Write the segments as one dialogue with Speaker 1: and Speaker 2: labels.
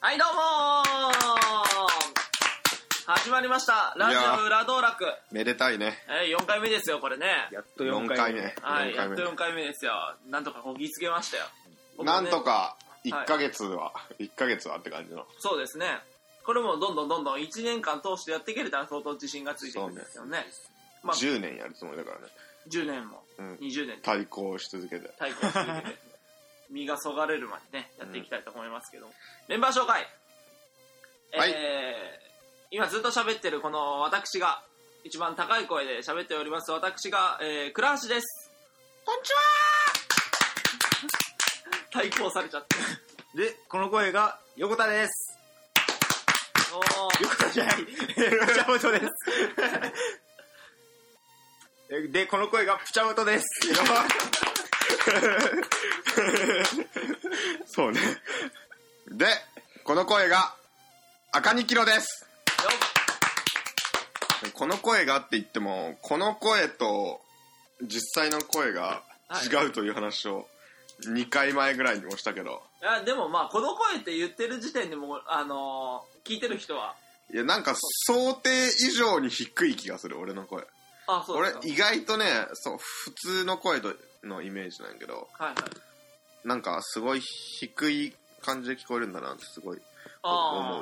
Speaker 1: はい、どうもー始まりました。ラジ
Speaker 2: いや
Speaker 1: オ
Speaker 2: ー
Speaker 1: 裏道楽。
Speaker 2: めでたいね。
Speaker 1: えー、4回目ですよ、これね。
Speaker 3: やっと4回目。
Speaker 2: 四
Speaker 1: はい、や
Speaker 2: 四回
Speaker 1: っ
Speaker 2: 目
Speaker 1: と4回目ですよ。なんとかこぎつけましたよ。僕も
Speaker 2: な
Speaker 1: ね
Speaker 2: んと。か、
Speaker 1: はい
Speaker 2: 1ヶ月は、一1ヶ月はって感じの。
Speaker 1: そうですね。これもどんどんどんどん1年間通してやっていけれたら相当自信がついてくるんですよね。まあ、
Speaker 2: 10年やるつもりだからね。
Speaker 1: 10年も
Speaker 2: うん。
Speaker 1: 20年
Speaker 2: 対抗し続けて。
Speaker 1: 対抗し続けて、身がそがれるまでね、やっていきたいと思いますけども。メンバー紹介。えー
Speaker 2: はい
Speaker 1: 今ずっと喋ってるこの私が、一番高い声で喋っております私が、えー、倉橋です。こん にちは対抗されちゃって。
Speaker 3: で、この声が、横 田です。
Speaker 1: おー
Speaker 3: 横田じゃない。プチャモトです。えで、この声が、プチャモトです。
Speaker 2: そうね。で、この声が、赤にキロです。
Speaker 1: よ
Speaker 2: この声がって言っても、この声と、実際の声が違うという話を、2回前ぐらいにもしたけど、
Speaker 1: いや、でもまあ、この声って言ってる時点でもう、あのー聞いてる人は、
Speaker 2: いや、なんか想定以上に低い気がする、俺の声。
Speaker 1: あ、そうで
Speaker 2: 俺
Speaker 1: すか。
Speaker 2: 意外とねそう普通の声とのイメージなんやけど
Speaker 1: はいはい。
Speaker 2: なんかすごい低い感じで聞こえるんだなってすごい
Speaker 1: あ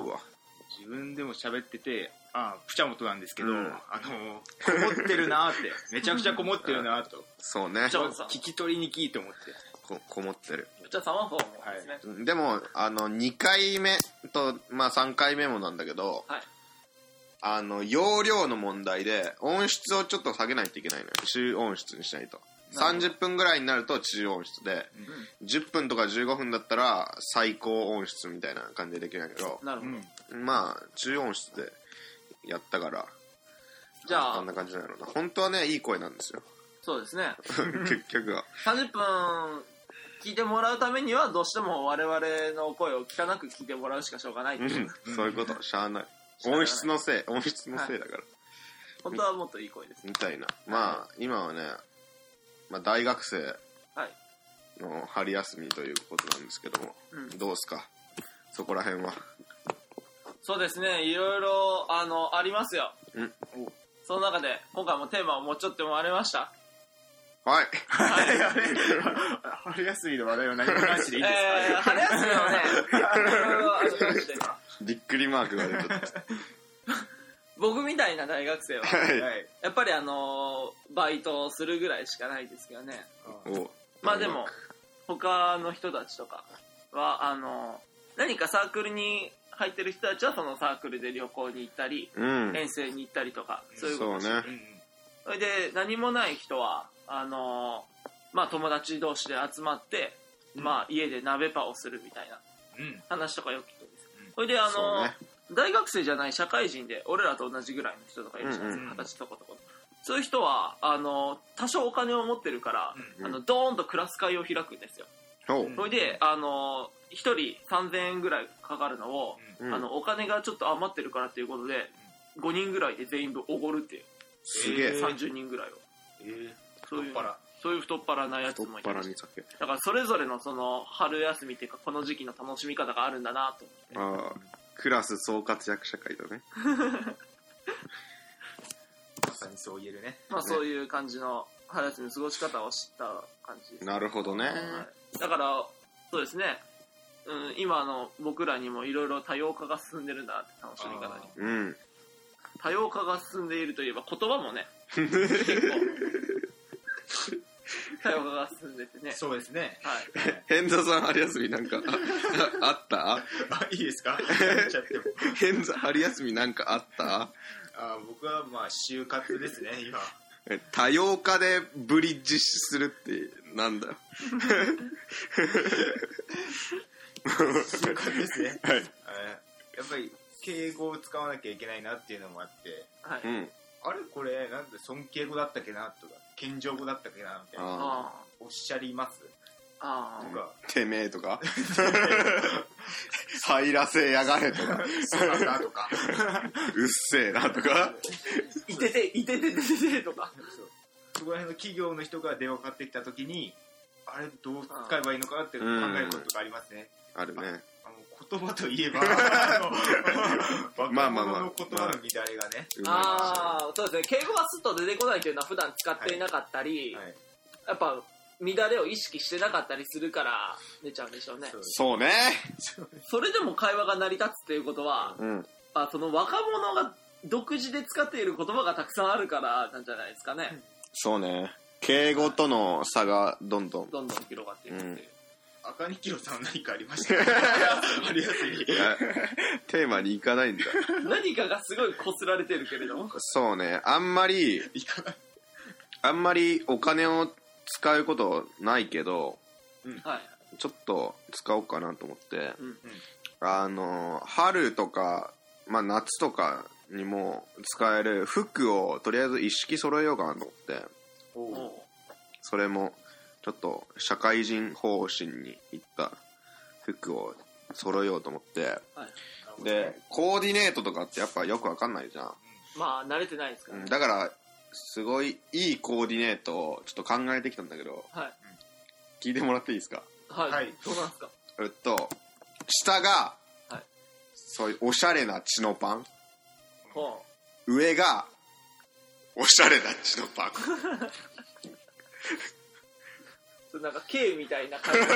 Speaker 2: 思うわ
Speaker 3: 自分でも喋ってて、あプチャモトなんですけど、
Speaker 2: うん
Speaker 3: あの、こもってるなーって、めちゃくちゃこもってるなーと、
Speaker 2: そうね
Speaker 1: じゃあうん
Speaker 3: 聞き取りにきいと思って。
Speaker 2: ここもってる
Speaker 1: あ。じゃあ、様方もですね。
Speaker 2: でもあの2回目とまあ3回目もなんだけど
Speaker 1: はい。
Speaker 2: あの容量の問題で音質をちょっと下げないといけないのよ中音質にしないと
Speaker 1: なるほど
Speaker 2: 30分ぐらいになると中音質で10分とか15分だったら最高音質みたいな感じでできるんやけど
Speaker 1: なる
Speaker 3: う
Speaker 1: ほど。
Speaker 3: ん。
Speaker 2: まあ中音質でやったから
Speaker 1: じゃ
Speaker 2: あ
Speaker 1: あ
Speaker 2: んな、感じなんやろうな本当はねいい声なんで すよ
Speaker 1: そうですね。
Speaker 2: 結局は
Speaker 1: 30分聞いてもらうためには、どうしても我々の声を聞かなく聞いてもらうしかしょうがないっていう。
Speaker 2: そういうことしゃあない
Speaker 1: ゃあない
Speaker 2: 音質のせい音質のせいだから、
Speaker 1: 本当はもっといい声です。
Speaker 2: みたいなまあ今はね、まあ、大学生
Speaker 1: はい。
Speaker 2: の春休みということなんですけども、
Speaker 1: うん
Speaker 2: どうすかそこら辺は
Speaker 1: そうですね、いろいろ、あの、ありますよ。
Speaker 2: うん
Speaker 1: その中で、今回もテーマを持ち寄ってもらいました。
Speaker 2: はい
Speaker 3: やべえ春休みの話題は何もなしでいいですか、
Speaker 1: えー、春休みはね、いろいろありまして
Speaker 2: びっくりマークが出てた
Speaker 1: 僕みたいな大学生は、
Speaker 2: は
Speaker 3: はいい。
Speaker 1: やっぱりあのバイトをするぐらいしかないですけどね。
Speaker 2: お
Speaker 1: まあでも、他の人たちとかは、あの何かサークルに入ってる人たちはそのサークルで旅行に行ったり、
Speaker 2: うん
Speaker 1: 遠征に行ったりとか、そういうこ
Speaker 2: そう
Speaker 1: と
Speaker 2: ね
Speaker 1: してそれで、何もない人は、あのまあ友達同士で集まって、
Speaker 3: うん
Speaker 1: まあ家で鍋パをするみたいな
Speaker 3: うん。
Speaker 1: 話とかよく聞くんです
Speaker 3: うん。
Speaker 1: それであ
Speaker 2: そ
Speaker 1: の
Speaker 2: うね
Speaker 1: 大学生じゃない社会人で俺らと同じぐらいの人とかいるじゃないです
Speaker 3: うん
Speaker 1: か
Speaker 3: うん
Speaker 1: 二十歳とことかそういう人はあの多少お金を持ってるから、
Speaker 2: うん
Speaker 1: あのドーンとクラス会を開くんですよ、
Speaker 2: お
Speaker 3: うん
Speaker 1: それであの1人3000円ぐらいかかるのを、
Speaker 2: うん
Speaker 1: あのお金がちょっと余ってるからっていうことで5人ぐらいで全員分おごるっていう、
Speaker 2: すげえ
Speaker 3: えー
Speaker 1: 30人ぐらいを
Speaker 3: えー、
Speaker 1: そういう
Speaker 3: 太っ腹
Speaker 1: そういう太っ腹なやつ
Speaker 2: 太っ
Speaker 1: もい
Speaker 2: 腹
Speaker 1: ま
Speaker 2: に
Speaker 1: し
Speaker 2: 酒
Speaker 1: だからそれぞれのその春休みっていうかこの時期の楽しみ方があるんだなと
Speaker 2: ああクラス総活躍社会だね
Speaker 3: まさにそう言えるね。
Speaker 1: まあ、そういう感じの春休みの過ごし方を知った感じです、
Speaker 2: なるほどね、
Speaker 1: はいだからそうですね、うん、今の僕らにもいろいろ多様化が進んでるなって楽しみ方に
Speaker 2: うん
Speaker 1: 多様化が進んでいるといえば言葉もね結構多様化が進んでてね
Speaker 3: そうですね。
Speaker 1: はい
Speaker 2: 変座さん春休みなんかああった
Speaker 3: あ、いいですか言っちゃっても
Speaker 2: 変座春休みなんかあった
Speaker 3: あ僕はまあ就活ですね今
Speaker 2: え多様化でブリッジするってなんだよ
Speaker 3: 就活ですね
Speaker 2: はい、、
Speaker 3: あやっぱり敬語を使わなきゃいけないなっていうのもあって
Speaker 1: はいう
Speaker 2: ん、
Speaker 3: あれこれなんで尊敬語だったっけなとか謙譲語だったっけなみたいな
Speaker 2: あ
Speaker 1: あ
Speaker 3: おっしゃります
Speaker 1: ああ
Speaker 3: と
Speaker 1: あ
Speaker 3: か
Speaker 2: ーてめえと か入らせやがれとか
Speaker 3: そうなんだとか
Speaker 2: うっせえなとか
Speaker 1: いてていてててててとか
Speaker 3: そうそこら辺の企業の人が電話かかってきた時にあれどう使えばいいのかなって考えることがありますね。
Speaker 2: あるね
Speaker 3: あの言葉といえば、 あの
Speaker 2: まあまあまあ
Speaker 3: 若者の言葉の乱れがね。
Speaker 2: うま
Speaker 1: ああ、そうですね。敬語がスッと出てこないというのは普段使っていなかったり、
Speaker 3: はい
Speaker 1: やっぱ乱れを意識してなかったりするから出ちゃうんでしょうね
Speaker 3: そ。う
Speaker 2: いそうね
Speaker 1: それでも会話が成り立つということは、
Speaker 2: うん
Speaker 1: まあ、その若者が独自で使っている言葉がたくさんあるからなんじゃないですかね。
Speaker 2: そうね敬語との差がどんどん
Speaker 1: どんどん広がっていくっていう。
Speaker 3: 赤二キロさん何かありました ありがとう
Speaker 2: いやテーマに行かないんだ
Speaker 1: 何かがすごい擦られてるけれども。
Speaker 2: そうねあんまり
Speaker 3: いかない。
Speaker 2: あんまりお金を使うことないけど
Speaker 1: はい。
Speaker 2: ちょっと使おうかなと思って
Speaker 1: うん。
Speaker 2: あの春とか、まあ、夏とかにも使える服をとりあえず一式揃えようかなと思って
Speaker 3: おう
Speaker 1: も
Speaker 2: それもちょっと社会人方針にいった服を揃えようと思って
Speaker 1: う、はい。
Speaker 2: でコーディネートとかってやっぱよくわかんないじゃん
Speaker 1: まあ、慣れてないですから
Speaker 2: う
Speaker 1: ね
Speaker 2: ん。だからすごいいいコーディネートをちょっと考えてきたんだけど
Speaker 1: はい。
Speaker 2: 聞いてもらっていいですか
Speaker 1: はい。
Speaker 3: はい
Speaker 1: どうなんですか
Speaker 2: えっと下が、
Speaker 1: はい
Speaker 2: そういうおしゃれなチノパン
Speaker 1: ほ
Speaker 2: 上がおしゃれなチノパン
Speaker 1: う。それなんか、K みたいな感じ。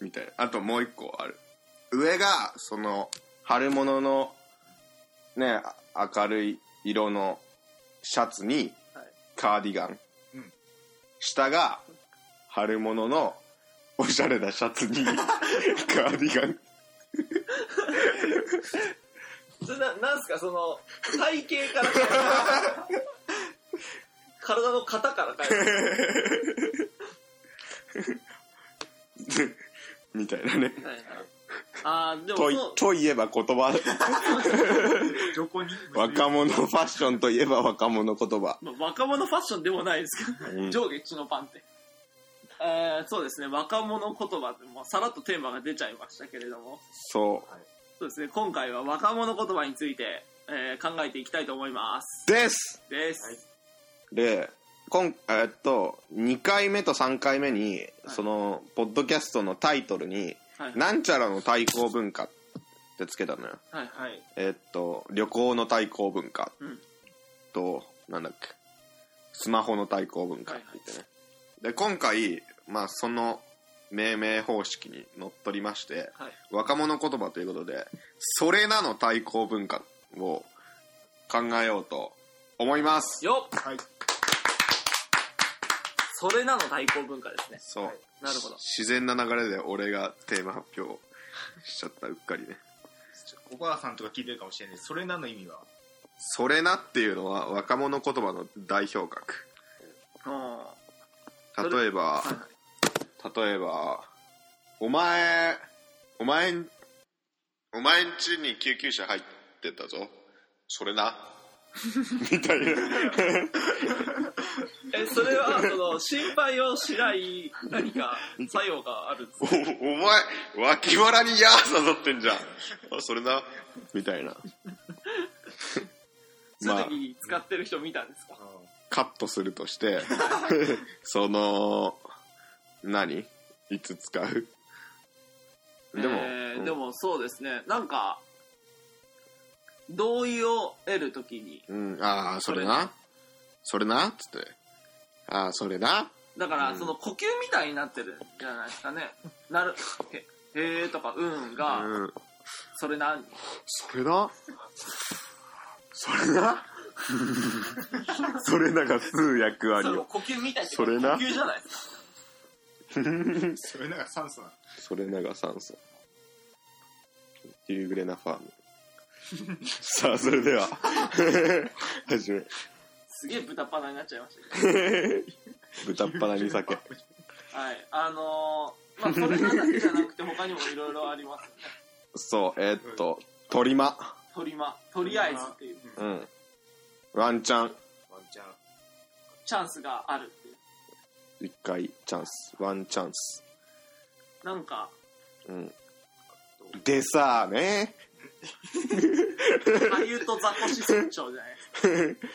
Speaker 2: みたいなあともう一個ある上がその春物のねあ明るい色のシャツに
Speaker 1: はい
Speaker 2: カーディガン、
Speaker 3: うん
Speaker 2: 下が春物のおしゃれなシャツ にカーディガン
Speaker 1: それな、なんすか、その、体型から変える体の型から変える。
Speaker 2: みたいなね
Speaker 1: はいはい。あー、でも
Speaker 2: とい
Speaker 1: そう、
Speaker 2: といえば言葉
Speaker 3: どこに
Speaker 2: 若者ファッションといえば若者言葉、
Speaker 1: まあ若者ファッションでもないですけど、
Speaker 2: うん
Speaker 1: 上下一のパンって。えー、そうですね、若者言葉って、もうさらっとテーマが出ちゃいましたけれども、
Speaker 2: そ
Speaker 1: そうですね、今回は若者言葉について、えー考えていきたいと思います。
Speaker 2: うです
Speaker 1: です。
Speaker 3: はい
Speaker 2: で今えっと2回目と3回目に、そのポッドキャストのタイトルに
Speaker 1: はい
Speaker 2: 「なんちゃらの対抗文化」ってつけたのよ
Speaker 1: はいはい。
Speaker 3: はい。
Speaker 2: えっと旅行の対抗文化
Speaker 1: うん
Speaker 2: と、なんだっけスマホの対抗文化って言ってね、で今回まあその命名方式にのっとりまして
Speaker 1: はい。
Speaker 2: 若者言葉ということで「それなの対抗文化」を考えようと思います
Speaker 1: よっ
Speaker 3: はい。
Speaker 1: それなの対抗文化ですね。
Speaker 2: そう、
Speaker 3: はい
Speaker 1: なるほど
Speaker 2: 自然な流れで俺がテーマ発表しちゃったうっかりね
Speaker 3: おばあさんとか聞いてるかもしれないですそれなの意味は
Speaker 2: それなっていうのは若者言葉の代表格
Speaker 1: うんそれ
Speaker 2: 例えば
Speaker 1: はいはい
Speaker 2: 例えばお前お前んお前んちに救急車入ってったぞそれなみたいな
Speaker 1: え、それは、その、心配をしない何か作用があるんです
Speaker 2: お
Speaker 1: か
Speaker 2: お前脇腹に矢刺さってんじゃんあそれなみたいな
Speaker 1: そういう時使ってる人見たんですか
Speaker 2: カットするとして その何いつ使うでも、
Speaker 1: えー
Speaker 2: うん
Speaker 1: でもそうですねなんか同意を得るときに
Speaker 2: うんああそれなそれなっつってああそれな
Speaker 1: だか
Speaker 2: う
Speaker 1: ら
Speaker 2: ん
Speaker 1: その呼吸みたいになってるんじゃないですかねなるへ「へーとか「うん」が
Speaker 2: うん
Speaker 1: 「それな」に
Speaker 2: それなそれな それなが通訳
Speaker 1: そ
Speaker 2: 割
Speaker 1: れも
Speaker 2: を
Speaker 1: 呼吸みたいって
Speaker 2: それな
Speaker 1: 呼吸じゃないですか
Speaker 3: それなら酸素なの
Speaker 2: それなが酸素夕暮れなファームさあそれでは始め
Speaker 1: すげえ豚鼻になっちゃいましたけ
Speaker 2: 豚っ腹に酒
Speaker 1: どはいあのー、まあそれなだけじゃなくて他にもいろいろありますよね
Speaker 2: そう、えーっと、トリマ。
Speaker 1: 鳥間とりあえずっていう
Speaker 3: うん
Speaker 2: うん。ワンチャン、
Speaker 3: ワンちゃん
Speaker 1: チャンスがあるっていう
Speaker 2: 一回チャンス。ワンチャンス。
Speaker 1: なんか
Speaker 2: うん。でさあね。
Speaker 1: 俳優とザコシ船長じゃないですか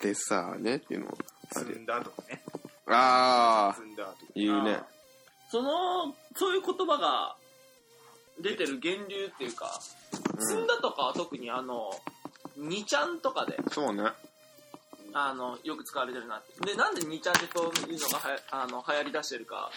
Speaker 2: でさあねっていうのもあ
Speaker 3: 積
Speaker 2: る。
Speaker 3: んだとかね
Speaker 2: ああ
Speaker 3: 積んだとか。
Speaker 2: 言うね
Speaker 1: あそのそういう言葉が出てる源流っていうか「
Speaker 2: うん
Speaker 1: 積んだ」とかは特にあの「2ちゃん」とかで
Speaker 2: そうね
Speaker 1: あのよく使われてるなってでなんで2ちゃんでそういうのがはやあの流行りだしてるか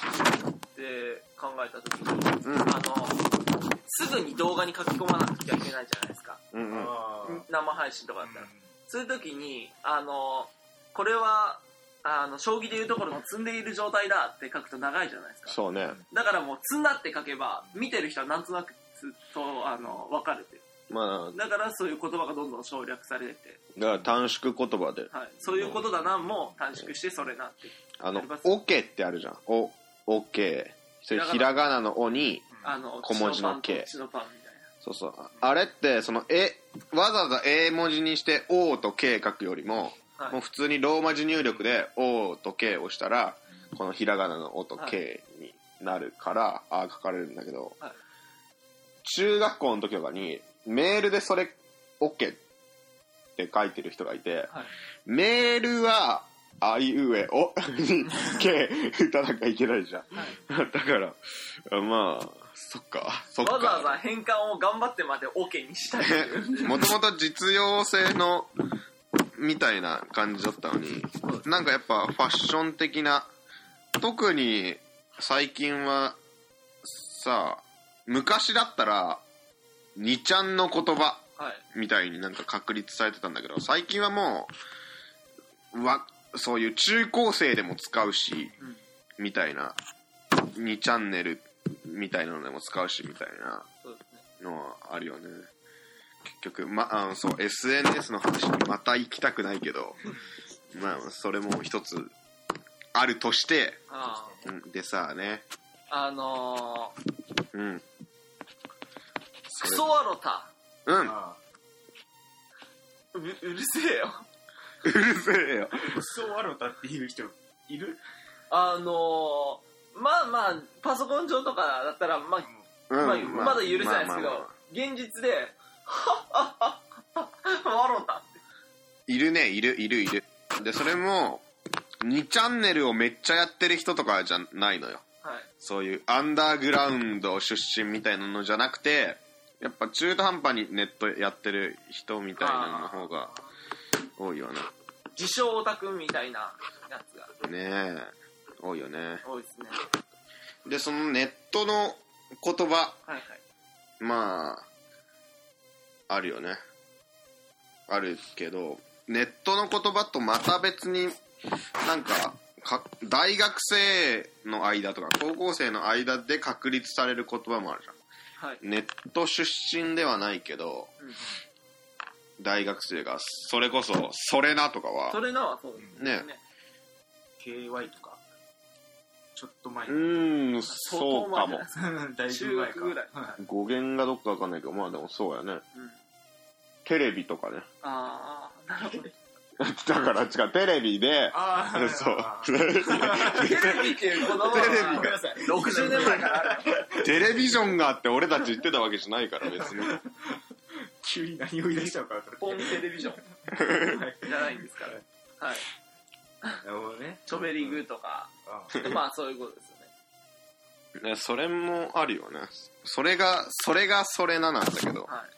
Speaker 1: って考えた時に
Speaker 2: うん
Speaker 1: あのすぐに動画に書き込まなきゃいけないじゃないですか
Speaker 2: うんうん
Speaker 3: あー
Speaker 1: 生配信とかだったら。
Speaker 3: う
Speaker 1: そういう時に、あの、これは、あの、将棋でいうところの積んでいる状態だって書くと長いじゃないですか。
Speaker 2: そうね
Speaker 1: だからもう積んだって書けば、見てる人はなんとなくずっと、あの、分かれてる。
Speaker 2: ま
Speaker 1: だからそういう言葉がどんどん省略されてて、
Speaker 2: あだから短縮言葉で
Speaker 1: はい。そういうことだな、もう短縮してそれなって。
Speaker 2: あの
Speaker 1: やります
Speaker 2: 「オケ」ってあるじゃん「お」「オケ」それひらがなの「お」に
Speaker 3: ん
Speaker 1: あの、
Speaker 2: 小文
Speaker 1: チ
Speaker 2: 字の
Speaker 1: ノパン
Speaker 2: K
Speaker 1: とチノパンみたいな。
Speaker 2: そうそうああれってその「え」わざわざ「え」文字にして「お」と「け」書くよりも
Speaker 1: はい
Speaker 2: もう普通にローマ字入力で「お」と「け」を押したらこのひらがなの「お」と「け」になるからああ書かれるんだけど
Speaker 1: はい
Speaker 2: 中学校の時とかにメールでそれ「オケ」って書いてる人がいて
Speaker 1: はい。
Speaker 2: メールはあいうえおに「け」 打たなきゃいけないじゃん
Speaker 1: はい
Speaker 2: だからあまあそっかそっか
Speaker 1: わざわざ変換を頑張ってまで OK にしたいっていう。
Speaker 2: もともと実用性のみたいな感じだったのになんかやっぱファッション的な特に最近はさ昔だったら2ちゃんの言葉
Speaker 1: はい。
Speaker 2: みたいになんか確立されてたんだけど最近はもうわそういう中高生でも使うし
Speaker 1: うん
Speaker 2: みたいな2チャンネルみたいなのでも使うしみたいな
Speaker 1: そうですね。
Speaker 2: のはあるよね結局まあのそう SNS の話にまた行きたくないけど まあそれも一つあるとして
Speaker 1: ああ。
Speaker 2: うんでさね
Speaker 1: あのー、
Speaker 2: うんそ
Speaker 1: ク
Speaker 2: れ
Speaker 1: ソワロタ。
Speaker 2: うん
Speaker 3: あ
Speaker 1: ううるせえよ。
Speaker 2: うるせえよ
Speaker 3: ークソワロタっていう人いる
Speaker 1: あのー、まあまあ、パソコン上とかだったら、まあ、
Speaker 2: うん
Speaker 1: まあ、まだ許せないですけど、
Speaker 2: まあまあまあ
Speaker 1: 現実で、はっはっはっはっは、笑うたって。
Speaker 2: いるねいるいるいるでそれも2チャンネルをめっちゃやってる人とかじゃないのよ
Speaker 1: はい。
Speaker 2: そういうアンダーグラウンド出身みたいなのじゃなくてやっぱ中途半端にネットやってる人みたいなのの方が多いよね
Speaker 1: 自称オタクみたいなやつが
Speaker 2: ねえ多いよね
Speaker 1: 多いですね。
Speaker 2: でそのネットの言葉
Speaker 1: はいはい。
Speaker 2: まああるよねあるけどネットの言葉とまた別になんかか大学生の間とか高校生の間で確立される言葉もあるじ
Speaker 1: はい。
Speaker 2: ゃんネット出身ではないけど
Speaker 1: うん、
Speaker 2: 大学生がそれこそ「それな」とか
Speaker 1: そ
Speaker 2: は
Speaker 1: れなはそうですね。
Speaker 2: ね
Speaker 3: KY とかちょっと前
Speaker 2: うーんそうかも
Speaker 1: 相当前じゃないです
Speaker 3: だいぶ前か
Speaker 1: 中学ぐらい
Speaker 3: はい
Speaker 2: 語源がどっかわかんないけどまあでもそうやね
Speaker 1: うん
Speaker 2: テレビとかね
Speaker 1: ああ、なるほど。
Speaker 2: だから違うテレビで
Speaker 3: ああ
Speaker 2: そう
Speaker 1: テレビっていうこの
Speaker 2: テレビ
Speaker 3: ごめんなさい
Speaker 1: 60年前 からある。
Speaker 2: テレビジョンがあって俺たち言ってたわけじゃないから別に
Speaker 3: 急に何を言い出したのかと
Speaker 1: ポ
Speaker 3: 思
Speaker 1: ン
Speaker 3: っ
Speaker 1: テ
Speaker 3: て
Speaker 1: レビジョン
Speaker 3: はい
Speaker 1: じゃないんですから。はい。
Speaker 3: なるほどね
Speaker 1: チョベリグとか、
Speaker 3: あ
Speaker 1: まあそういうことですよね。
Speaker 2: ねそれもあるよねそれがそれがそれななんだけど
Speaker 1: はい。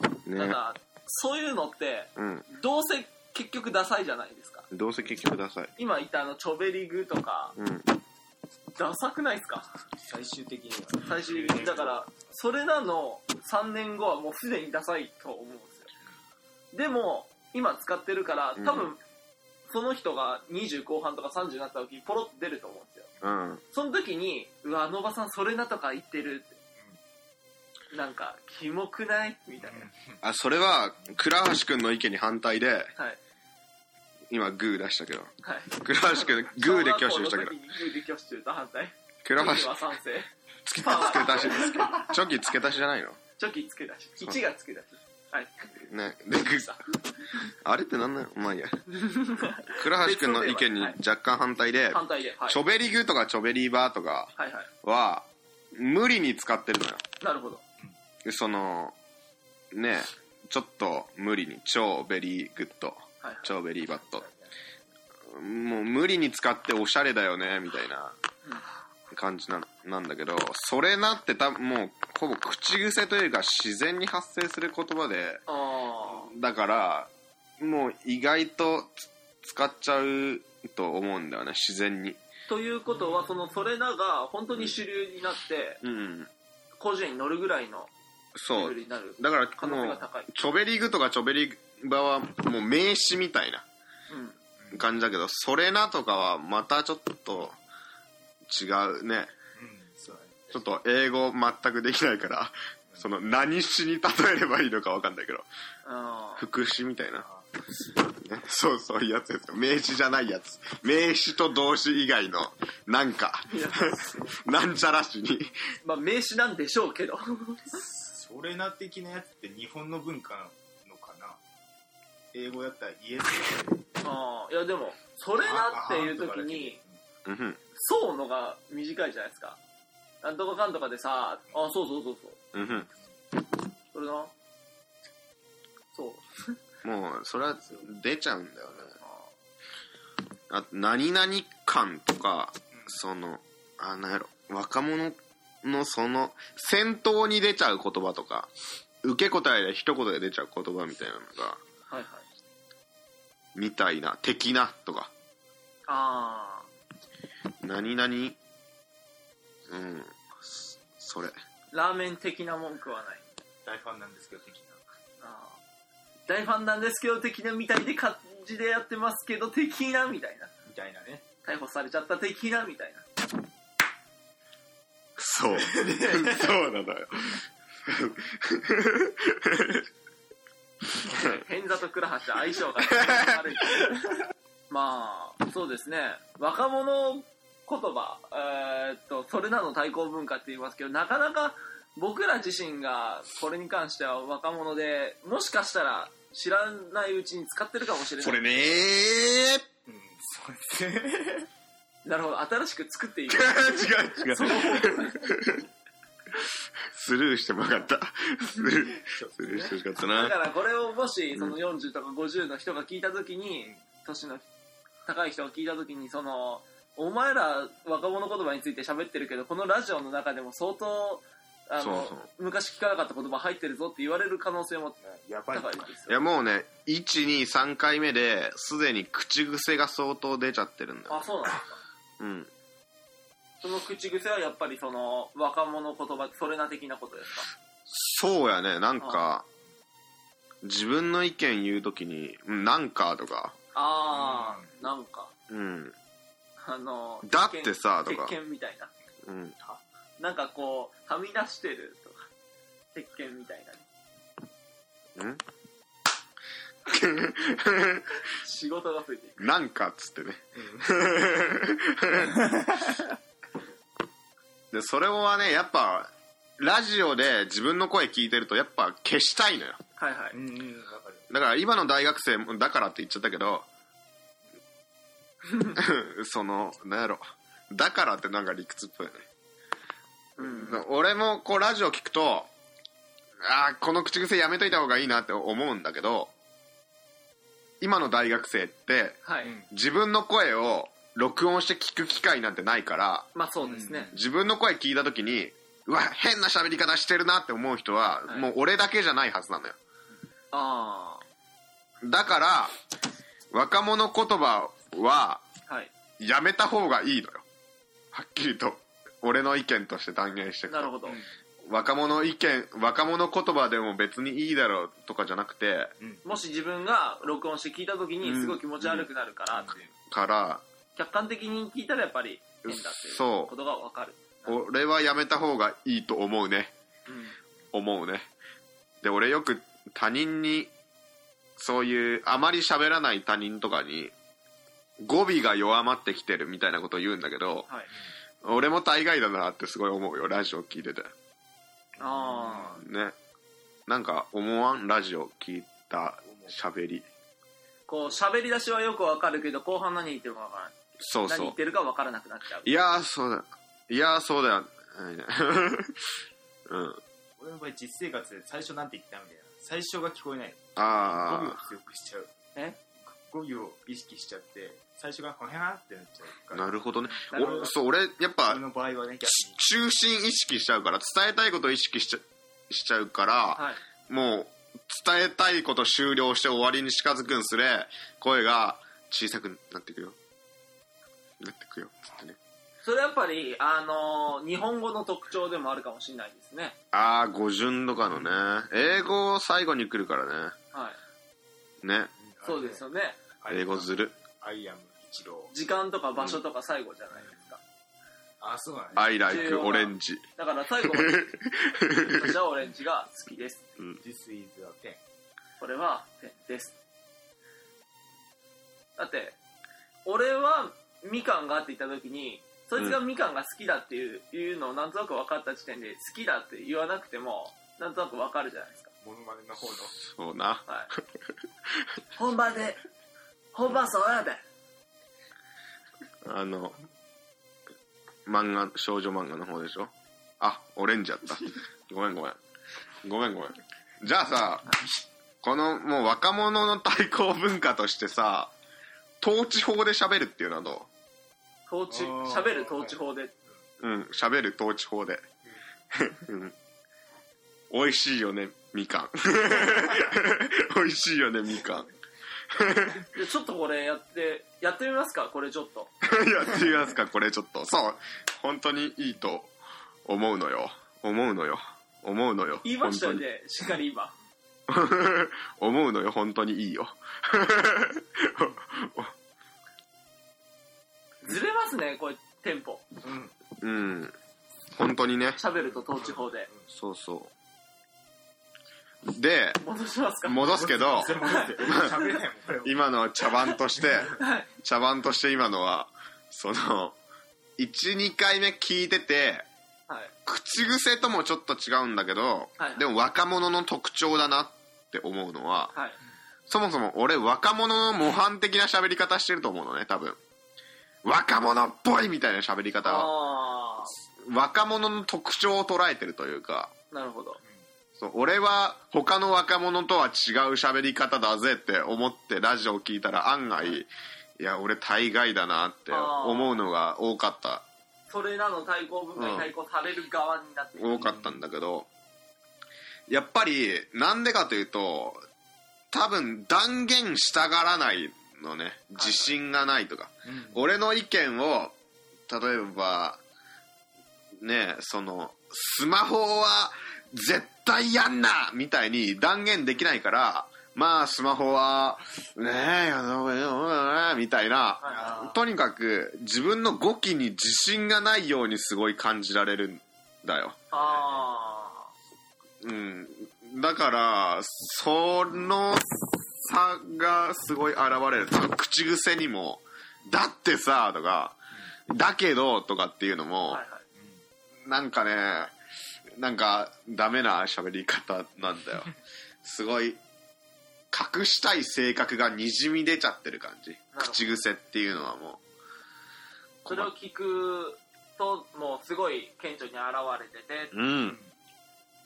Speaker 1: た
Speaker 2: ね
Speaker 1: だ、そういうのって、
Speaker 2: うん
Speaker 1: どうせ結局ダサいじゃないですか。
Speaker 2: どうせ結局ダサい
Speaker 1: 今言ったあの、チョベリグとか、
Speaker 2: うん
Speaker 1: ダサくないですか
Speaker 3: あ最終的には
Speaker 1: 最終的に。だから、それなの3年後はもうすでにダサいと思うんですよ。でも、今使ってるから、多
Speaker 2: う
Speaker 1: 分、その人が20後半とか30になった時、ポロって出ると思うんですよ。
Speaker 2: うん
Speaker 1: その時に、うわ、あのおばさんそれなとか言ってるって。なんか、キモくないみたい
Speaker 2: あそれは倉橋君の意見に反対で
Speaker 1: な。はい。
Speaker 2: 今グー出したけど
Speaker 1: はい。
Speaker 2: 倉橋君グーで挙手したけ
Speaker 1: 小学
Speaker 2: ど
Speaker 1: 校の時にグーで挙手と反対。
Speaker 2: 倉橋
Speaker 1: チョキは賛成。
Speaker 2: つけ付け足しつけチョキ付け足しじゃないの
Speaker 1: チョキつけだし。1がつけだし。はい。
Speaker 2: ねでグーあれってなんなのまあいいや倉橋君の意見に若干反対で
Speaker 1: 反対で。はい
Speaker 2: チ。ョベリグーとかチョベリーバーとか
Speaker 1: はいは
Speaker 2: は無理に使ってるのよ
Speaker 1: い。なるほど。
Speaker 2: でそのねちょっと無理に超ベリーグッド
Speaker 1: はいはい。
Speaker 2: 超ベリーバッドもう無理に使っておしゃれだよねみたいな感じななんだけどそれなってたもうほぼ口癖というか自然に発生する言葉で
Speaker 1: あ
Speaker 2: だからもう意外とつ使っちゃうと思うんだよね自然に
Speaker 1: ーということはそのそれらが本当に主流になって
Speaker 2: うん
Speaker 1: 個人に乗るぐらいのレ
Speaker 2: そ
Speaker 1: ベ
Speaker 2: う
Speaker 1: ルになる
Speaker 2: だか
Speaker 1: 可
Speaker 2: ら
Speaker 1: 能性
Speaker 2: も
Speaker 1: が
Speaker 2: う
Speaker 1: 高い、
Speaker 2: チョベリグとかチョベリバはもう名詞みたいな
Speaker 1: うん、
Speaker 2: 感じだけどそれなとかはまたちょっと違うね
Speaker 3: うんそうだね
Speaker 2: ちょっと英語全くできないからその何詞に例えればいいのか分かんないけど
Speaker 1: あー
Speaker 2: 副詞みたいな、
Speaker 3: あ
Speaker 2: ね、そうそういうやつですよ名詞じゃないやつ名詞と動詞以外のなんか
Speaker 1: いや
Speaker 2: なんちゃら詞に
Speaker 1: まあ名詞なんでしょうけど
Speaker 3: それな的なやつって日本の文化なのかな英語だったらイエス
Speaker 1: あーいやでもそれなっていう時に
Speaker 2: うん
Speaker 1: そうのが短いじゃないですかなんとかかんとかでさあそうそうそうそう
Speaker 2: うんうん
Speaker 1: それなそう
Speaker 2: もうそれは出ちゃうんだよね
Speaker 1: あ
Speaker 2: あ何々感とかそのあなんやろ若者のその先頭に出ちゃう言葉とか受け答えで一言で出ちゃう言葉みたいなのが
Speaker 1: ーはいはい
Speaker 2: みたいな的なとか
Speaker 1: あ
Speaker 2: 何々うんそそれ
Speaker 1: あラーメン的な文句はない
Speaker 3: 大ファンなんですけど的な
Speaker 1: あー大ファンなんですけど的なみたいで感じでやってますけど的なみたいな
Speaker 3: みたいなね
Speaker 1: 逮捕されちゃった的なみたいな
Speaker 2: そうそうなのよ
Speaker 1: 変座と倉橋は相性が悪い まあそうですね若者言葉えーっとそれらの対抗文化って言いますけどなかなか僕ら自身がこれに関しては若者でもしかしたら知らないうちに使ってるかもしれ
Speaker 2: そ
Speaker 1: ない
Speaker 2: れね
Speaker 3: うんそうですね
Speaker 1: なるほど新しく作っていく
Speaker 2: ー違う違うスルーしてもよかったスルー
Speaker 3: そう
Speaker 2: スルーしてほしかった
Speaker 1: だか
Speaker 2: な
Speaker 1: らこれをもしその40とか50の人が聞いた時に年の高い人が聞いた時にそのお前ら若者言葉について喋ってるけどこのラジオの中でも相当あの
Speaker 2: そうそう
Speaker 1: 昔聞かなかった言葉入ってるぞって言われる可能性も
Speaker 3: やばい
Speaker 1: 高いです
Speaker 2: いや
Speaker 1: よ
Speaker 2: もうね123回目ですでに口癖が相当出ちゃってるんだよ
Speaker 1: あ、そうなんですか
Speaker 2: うん、
Speaker 1: その口癖はやっぱりその若者言葉それな的なことですか
Speaker 2: そうやねなんか自分の意見言うときに「うんなんか」とか
Speaker 1: ああ、なんか
Speaker 2: 「うん
Speaker 1: あの
Speaker 2: だってさ
Speaker 1: 鉄拳
Speaker 2: とか
Speaker 1: 鉄拳みたいな
Speaker 2: うん、
Speaker 1: なんかこうはみ出してるとか鉄拳みたいな
Speaker 2: うん
Speaker 1: 仕事がついていく
Speaker 2: なんか」っつってねでそれはねやっぱラジオで自分の声聞いてるとやっぱ消したいのよ
Speaker 1: はいはい
Speaker 3: うんうんうんわかる
Speaker 2: だから今の大学生もだからって言っちゃったけ どそのなんやろだからってなんか理屈っぽいよね
Speaker 1: うん
Speaker 2: 俺もこうラジオ聞くとああこの口癖やめといた方がいいなって思うんだけど今の大学生って
Speaker 1: はい、
Speaker 3: うん
Speaker 2: 自分の声を録音して聞く機会なんてないから
Speaker 1: まあそうですね、
Speaker 2: 自分の声聞いた時にうわ変な喋り方してるなって思う人は、
Speaker 1: はい
Speaker 2: もう俺だけじゃないはずなのよ
Speaker 1: あ
Speaker 2: だから若者言葉は
Speaker 1: あはい
Speaker 2: やめた方がいいのよはっきりと俺の意見として断言してくと
Speaker 1: なるほど、
Speaker 3: うん
Speaker 2: 若者意見若者言葉でも別にいいだろうとかじゃなくて
Speaker 1: もし自分が録音して聞いた時にすごい気持ち悪くなるからっていう、
Speaker 2: から
Speaker 1: 客観的に聞いたらやっぱり変だっていう
Speaker 2: そう
Speaker 1: ことがわかる
Speaker 2: 俺はやめた方がいいと思うね
Speaker 1: うん
Speaker 2: 思うねで俺よく他人にそういうあまり喋らない他人とかに語尾が弱まってきてるみたいなことを言うんだけど
Speaker 1: はい
Speaker 2: 俺も大概だなってすごい思うよラジオ聞いてて
Speaker 1: あ
Speaker 2: ねなんか思わんラジオ聞いた喋り
Speaker 1: こう喋り出しはよくわかるけど後半何言ってるかわからない
Speaker 2: そう
Speaker 1: 何
Speaker 2: そ
Speaker 1: 言
Speaker 2: う
Speaker 1: ってるかわからなくなっちゃう
Speaker 2: いやーそうだいやーそうだよ、 うん
Speaker 3: 俺の場合実生活で最初なんて言ったみたいな最初が聞こえない語尾を
Speaker 2: ああ
Speaker 3: 強くしちゃう
Speaker 1: え
Speaker 3: 語彙を意識しちゃって最初がほへはってなっちゃうから
Speaker 2: なるほどね
Speaker 1: なるほど
Speaker 2: おそう俺やっぱ
Speaker 3: 俺の場合はね逆
Speaker 2: ち中心意識しちゃうから伝えたいことを意識しちゃしちゃうから、
Speaker 1: はい。
Speaker 2: もう伝えたいこと終了して終わりに近づくんすれ声が小さくなっていくよなっていくよつってね
Speaker 1: それやっぱり、あのー日本語の特徴でもあるかもしれないですね。
Speaker 2: ああ語順とかのね英語最後に来るから
Speaker 1: はい。
Speaker 2: ねね
Speaker 3: に
Speaker 1: そうですよね。
Speaker 3: あれね
Speaker 2: 英語ずる
Speaker 3: アイアム一郎
Speaker 1: 時間とか場所とか最後じゃないですか。
Speaker 3: あそうだね
Speaker 2: 「I
Speaker 1: 重要
Speaker 2: like
Speaker 1: な
Speaker 2: オレンジ
Speaker 1: だから最後まで、私はオレンジが好きです。
Speaker 3: This is a pen
Speaker 1: これはペンです。だって、俺はみかんがって言った時に、そいつがみかんが好きだっていう,、いうのをなんとなく分かった時点で、好きだって言わなくても、なんとなく分かるじゃないですか。
Speaker 3: モノマネの方の」
Speaker 2: そうな
Speaker 1: はい。本番で、本番そうやで。
Speaker 2: あの漫画少女漫画の方でしょあオレンジやったごめんごめんごめんごめんじゃあさこのもう若者の対抗文化としてさ統治法で喋るっていうのはど
Speaker 1: 統治、
Speaker 3: あー
Speaker 1: 喋る統治法で。
Speaker 2: ううん喋る統治法でうん美味しいよねみかん 美味しいよねみかん
Speaker 1: でちょっとこれやって、やってみますかこれちょっと。
Speaker 2: やってみますかこれちょっとそう本当にいいと思うのよ思うのよ思うのよ
Speaker 1: 言いましたよ
Speaker 2: 本当に
Speaker 1: ね、しっかり今。
Speaker 2: 思うのよ本当にいいよ
Speaker 1: ずれますね、これ、テンポ。
Speaker 3: うん
Speaker 2: うん本当にね
Speaker 1: 喋ると統治法で。
Speaker 2: そうそうで
Speaker 1: 戻しますか
Speaker 2: 戻すけ ど
Speaker 3: 全部戻って喋れないもんこれ
Speaker 2: 今の茶番として
Speaker 1: はい。
Speaker 2: 茶番として今のはその12回目聞いてて
Speaker 1: はい。
Speaker 2: 口癖ともちょっと違うんだけど、
Speaker 1: はい
Speaker 2: でも若者の特徴だなって思うのは
Speaker 1: はい。
Speaker 2: そもそも俺若者の模範的な喋り方してると思うのね多分若者っぽいみたいな喋り方は
Speaker 1: あ
Speaker 2: 若者の特徴を捉えてるというか
Speaker 1: あ、なるほど。
Speaker 2: そう俺は他の若者とは違う喋り方だぜって思ってラジオを聞いたら案外いや俺大概だなって思うのが多かった
Speaker 1: それらの対抗文化に対抗される側になっている
Speaker 2: 多かったんだけどやっぱりなんでかというと多分断言したがらないのね自信がないとか
Speaker 3: うん
Speaker 2: 俺の意見を例えばねえそのスマホは絶対やんなみたいに断言できないからまあスマホはねえやだほうがいいようんみたいな
Speaker 1: はいはいはい
Speaker 2: とにかく自分の語気に自信がないようにすごい感じられるんだよ。
Speaker 1: あ
Speaker 2: うん、だからその差がすごい現れる口癖にも「だってさ」とか「だけど」とかっていうの
Speaker 1: あ、
Speaker 2: も、
Speaker 1: はいはい。
Speaker 2: なんかねなんかダメな喋り方な んだよすごい隠したい性格がにじみ出ちゃってる感じ
Speaker 1: ほど
Speaker 2: 口癖っていうのはも
Speaker 1: それを聞くと、もうすごい顕著に現れてて、
Speaker 2: ううん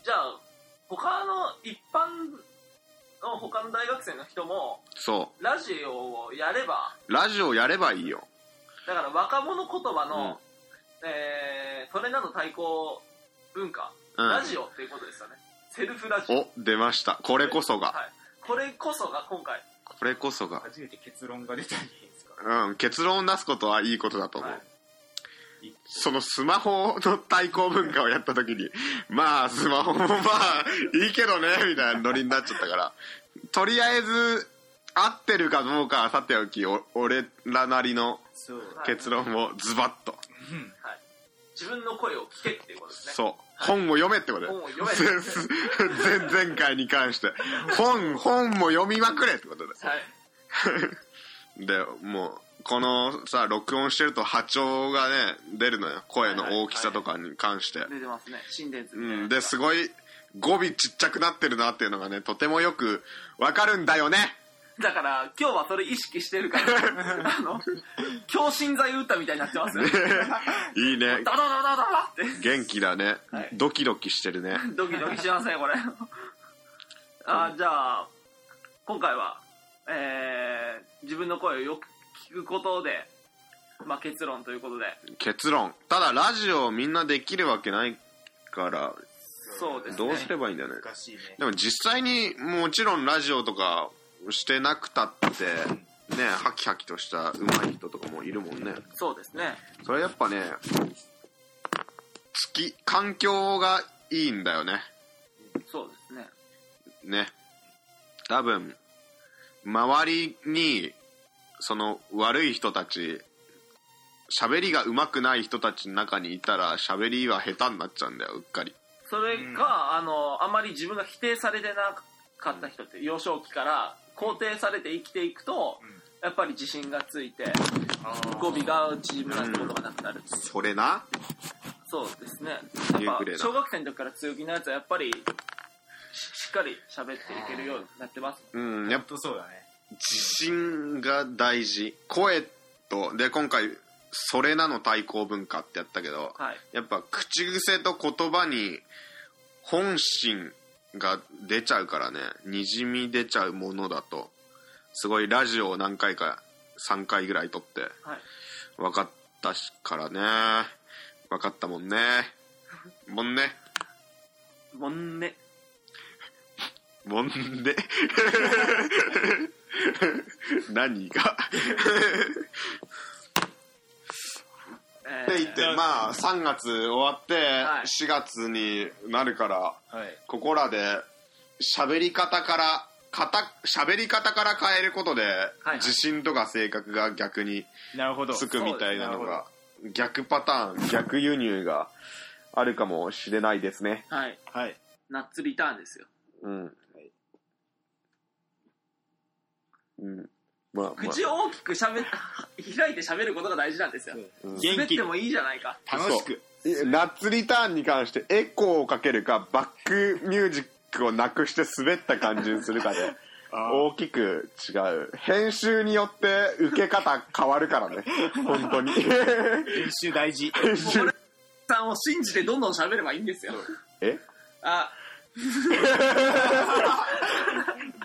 Speaker 1: じゃあ、他の一般の他の大学生の人も、
Speaker 2: そ
Speaker 1: ラジオをやれば、
Speaker 2: うラジオやればいいよ
Speaker 1: だから若者言葉の、
Speaker 2: うん
Speaker 1: えー、それらの対抗文化、
Speaker 2: うん
Speaker 1: ラジオっていうことですよね。セルフラジオ。
Speaker 2: お出ましたこれこそが
Speaker 1: はい。これこそが今回、
Speaker 2: これこそが
Speaker 3: 初めて結論が出たんじゃないですか
Speaker 2: うん、結論を出すことはいいことだと思う、
Speaker 1: はい
Speaker 2: そのスマホの対抗文化をやった時に まあスマホもまあいいけどねみたいなノリになっちゃったからとりあえず合ってるかどうかはさておきお俺らなりの
Speaker 3: そう
Speaker 2: 結論をズバッと、
Speaker 3: うん
Speaker 1: 自分の声を聞けっていうことですね。
Speaker 2: そう本を読めってことで
Speaker 1: 本を読めってことです
Speaker 2: 前々回に関して本本も読みまくれってことで
Speaker 1: はい。
Speaker 2: でもうこのさ録音してると波長がね出るのよ声の大きさとかに関して、
Speaker 1: 出てますね。心電図みたいな
Speaker 2: う
Speaker 1: や
Speaker 2: ん、
Speaker 1: つ
Speaker 2: で
Speaker 1: が。
Speaker 2: すごい語尾ちっちゃくなってるなっていうのがねとてもよくわかるんだよね
Speaker 1: だから、今日はそれ意識してるから、 あの、強心剤打ったみたいになってます よ。
Speaker 2: いいね
Speaker 1: ダダダダダダって、
Speaker 2: 元気だね、
Speaker 1: はい
Speaker 2: ドキドキしてるね
Speaker 1: ドキドキしますね、これ。あ、じゃあ、今回は、えー自分の声をよく聞くことで、まあ、結論ということで、
Speaker 2: 結論ただラジオをみんなできるわけないから
Speaker 1: そうですね
Speaker 2: どうすればいいんだよね
Speaker 3: 難しいね
Speaker 2: でも実際にもちろんラジオとかしてなくたってねハキハキとした上手い人とかもいるもんね
Speaker 1: そうですね。
Speaker 2: それやっぱね月環境がいいんだよね
Speaker 1: そうですね。
Speaker 2: ね多分周りにその悪い人たち喋りが上手くない人たちの中にいたら喋りは下手になっちゃうんだようっかり
Speaker 1: それ
Speaker 3: うん
Speaker 1: か、あの、あまり自分が否定されてなかった人って、幼少期から肯定されて生きていくと、
Speaker 3: うん
Speaker 1: やっぱり自信がついて、
Speaker 3: あー
Speaker 1: 語尾が縮むなんてことがなくなる。
Speaker 2: それな
Speaker 1: そうですね。
Speaker 2: 夕
Speaker 1: やっぱ
Speaker 2: 暮れだ
Speaker 1: 小学生の時から強気なやつはやっぱりししっかり喋っていけるようになってます。
Speaker 2: うんや
Speaker 3: や
Speaker 2: っ
Speaker 3: っとそうだね
Speaker 2: 自信が大事声とで今回「それなの対抗文化」ってやったけど
Speaker 1: はい。
Speaker 2: やっぱ口癖と言葉に本心が出ちゃうからねにじみ出ちゃうものだとすごいラジオを何回か3回ぐらい撮って
Speaker 1: はい。
Speaker 2: 分かったしからね分かったもんねもんね
Speaker 1: もんね。
Speaker 2: もんで 何が
Speaker 1: え
Speaker 2: って言ってまあ3月終わって
Speaker 1: はい
Speaker 2: 4月になるから
Speaker 3: はい
Speaker 2: ここらで喋り方から型喋り方から変えることで
Speaker 1: はい
Speaker 2: 自信とか性格が逆に
Speaker 3: なるほど
Speaker 2: つくみたいなの
Speaker 3: そうなる
Speaker 2: が逆パタ ーン逆輸入があるかもしれないですね
Speaker 1: はい。
Speaker 3: はい
Speaker 1: ナッツリターンですよ。
Speaker 2: うん、うん、まあまあ
Speaker 1: 口を大きく喋っ、 開いて喋ることが大事なんですよ。
Speaker 2: うん
Speaker 1: 滑
Speaker 3: 元
Speaker 1: っ
Speaker 3: 気
Speaker 1: てもいいじゃないか。
Speaker 3: 楽しく
Speaker 2: いナッツリターンに関してエコーをかけるかバックミュージックをなくして滑った感じにするかで
Speaker 3: あー
Speaker 2: 大きく違う編集によって受け方変わるからね本当に
Speaker 3: 練習大事
Speaker 2: 編集
Speaker 1: さんを信じてどんどん喋ればいいんですよ。
Speaker 2: え
Speaker 1: あ、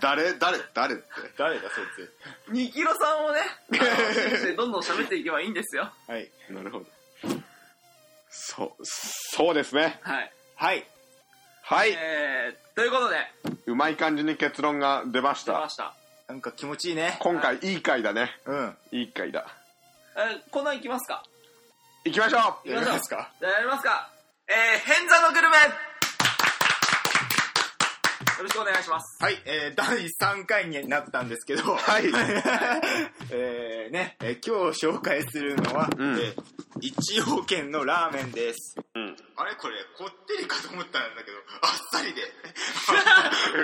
Speaker 2: 誰誰誰って
Speaker 3: 誰だそいつ
Speaker 1: 2キロさんをね、あの信じてどんどん喋っていけばいいんですよ。
Speaker 3: はい
Speaker 2: なるほどそうそうですね
Speaker 1: はい。
Speaker 3: はい
Speaker 2: はい、
Speaker 1: えー、ということで、
Speaker 2: うまい感じに結論が出まし
Speaker 1: 出ま
Speaker 2: た
Speaker 1: した。
Speaker 3: なんか気持ちいいね
Speaker 2: 今回いい回だね
Speaker 3: うん
Speaker 2: いい回だ
Speaker 1: えー、コーナー行きますか
Speaker 2: 行きましょう
Speaker 1: 行きましょう
Speaker 3: すか
Speaker 1: じゃあやりますか。えー、変座のグルメよろしくお願いします。
Speaker 3: はい、えー、第3回になったんですけど、
Speaker 2: はい
Speaker 3: えーね、えー今日紹介するのは、
Speaker 2: うん
Speaker 3: えー一応県のラーメンです。
Speaker 2: ん
Speaker 3: あれこれ、こってりかと思ったんだけど、あっさ りで。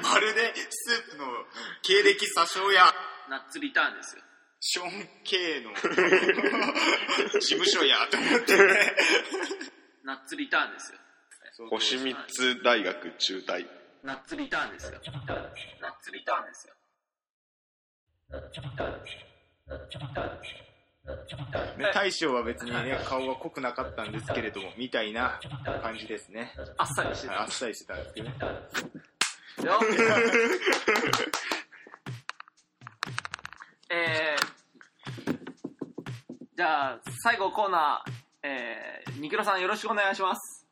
Speaker 3: まるでスープの経歴詐称や、
Speaker 1: ナッツリターンですよ。
Speaker 3: ショーン K の事務所やと思って、ね。
Speaker 1: ナッツリターンですよ。
Speaker 2: 星三つ大学中退
Speaker 1: ナッツリターンですよ。ナッツリターンですよ。
Speaker 3: ね大将は別にね、顔は濃くなかったんですけれども、みたいな感じですね。
Speaker 1: あっさりして
Speaker 3: はい
Speaker 1: た
Speaker 3: あっさりしてたんですけどね。
Speaker 1: よ。えー、じゃあ、最後コーナー、えー、ニキロさんよろしくお願いします。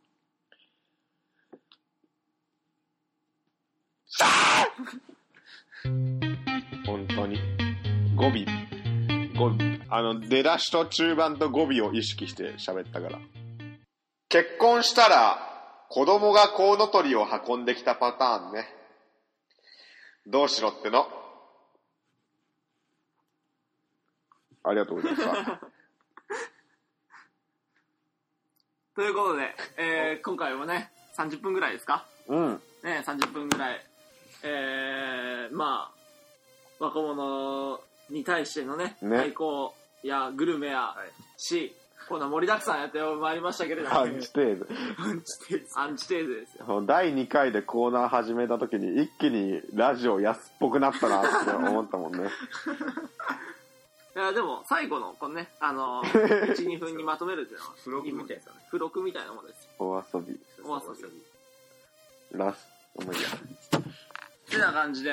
Speaker 2: 本当に語尾語尾あの出だしと中盤と語尾を意識して喋ったから結婚したら子供がコウノトリを運んできたパターンねどうしろってのありがとうございました
Speaker 1: ということで、えー、今回もね、30分ぐらいですか
Speaker 2: うん
Speaker 1: ね、30分ぐらい。えー、まあ、若者に対してのね、
Speaker 2: ね
Speaker 1: 対抗やグルメや
Speaker 3: い
Speaker 1: し、こんな盛りだくさんやってまいりましたけれども、
Speaker 2: 感じて
Speaker 1: アンチテーゼですよ。
Speaker 2: 第2回でコーナー始めた時に一気にラジオ安っぽくなったなって思ったもんね
Speaker 1: いや、でも、最後の、このね、あの ー、1、2分にまとめるっていうのは、
Speaker 3: 付録みたいなね。
Speaker 1: 付録みたいなものですよ。
Speaker 2: お遊び
Speaker 1: お遊び。
Speaker 2: ラスお前や
Speaker 1: てな感じで、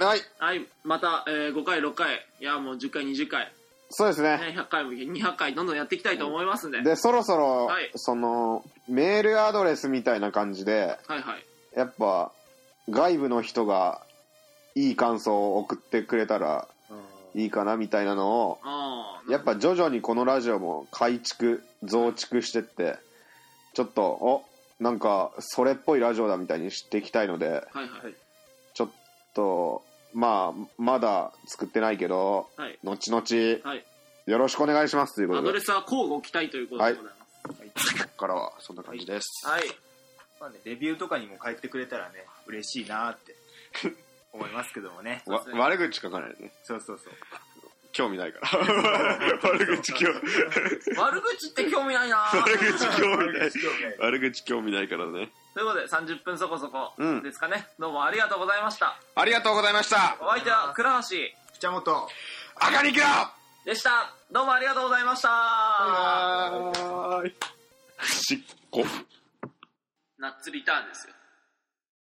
Speaker 2: はい、
Speaker 1: はい、また、えー5回、6回、いや、もう10回、20回、
Speaker 2: そうですね。
Speaker 1: ね、100回も200回、どんどんやっていきたいと思いますんで。はい
Speaker 2: で、そろそろ、
Speaker 1: はい
Speaker 2: その、メールアドレスみたいな感じで、
Speaker 1: はい。
Speaker 2: やっぱ、外部の人が、いい感想を送ってくれたらいいかなみたいなのを、
Speaker 1: ああ、
Speaker 2: やっぱ徐々にこのラジオも改築、増築してって、ちょっと、おなんか、それっぽいラジオだみたいにしていきたいので、
Speaker 1: はいはい。
Speaker 2: ちょっと、まあ、まだ作ってないけど、
Speaker 1: はい。
Speaker 2: 後々、
Speaker 1: はい。
Speaker 2: よろしくお願いしますというこ
Speaker 1: ア
Speaker 2: と
Speaker 1: ド
Speaker 2: で、
Speaker 1: レスは交互期待ということでございます。
Speaker 2: ここからはそんな感じです。
Speaker 1: はい。
Speaker 3: まあね、レビューとかにも書いてくれたらね、嬉しいなーって思いますけどもね。
Speaker 2: わ悪口書かないでね。
Speaker 3: そうそうそう。
Speaker 2: 興味ないから。 悪口興、
Speaker 1: 悪口って興味ない な
Speaker 2: 悪口興味ない。
Speaker 3: 興味ない
Speaker 2: 悪口興味ないからね。
Speaker 1: ということで、30分そこそこ
Speaker 2: うん
Speaker 1: ですかね。どうもありがとうございました。
Speaker 2: ありがとうございました
Speaker 1: お相手は倉橋
Speaker 3: じゃあもっと
Speaker 2: 赤肉だ
Speaker 1: でした。どうもありがとうございました。
Speaker 2: はーい。しっこ。
Speaker 1: ナッツリターンですよ。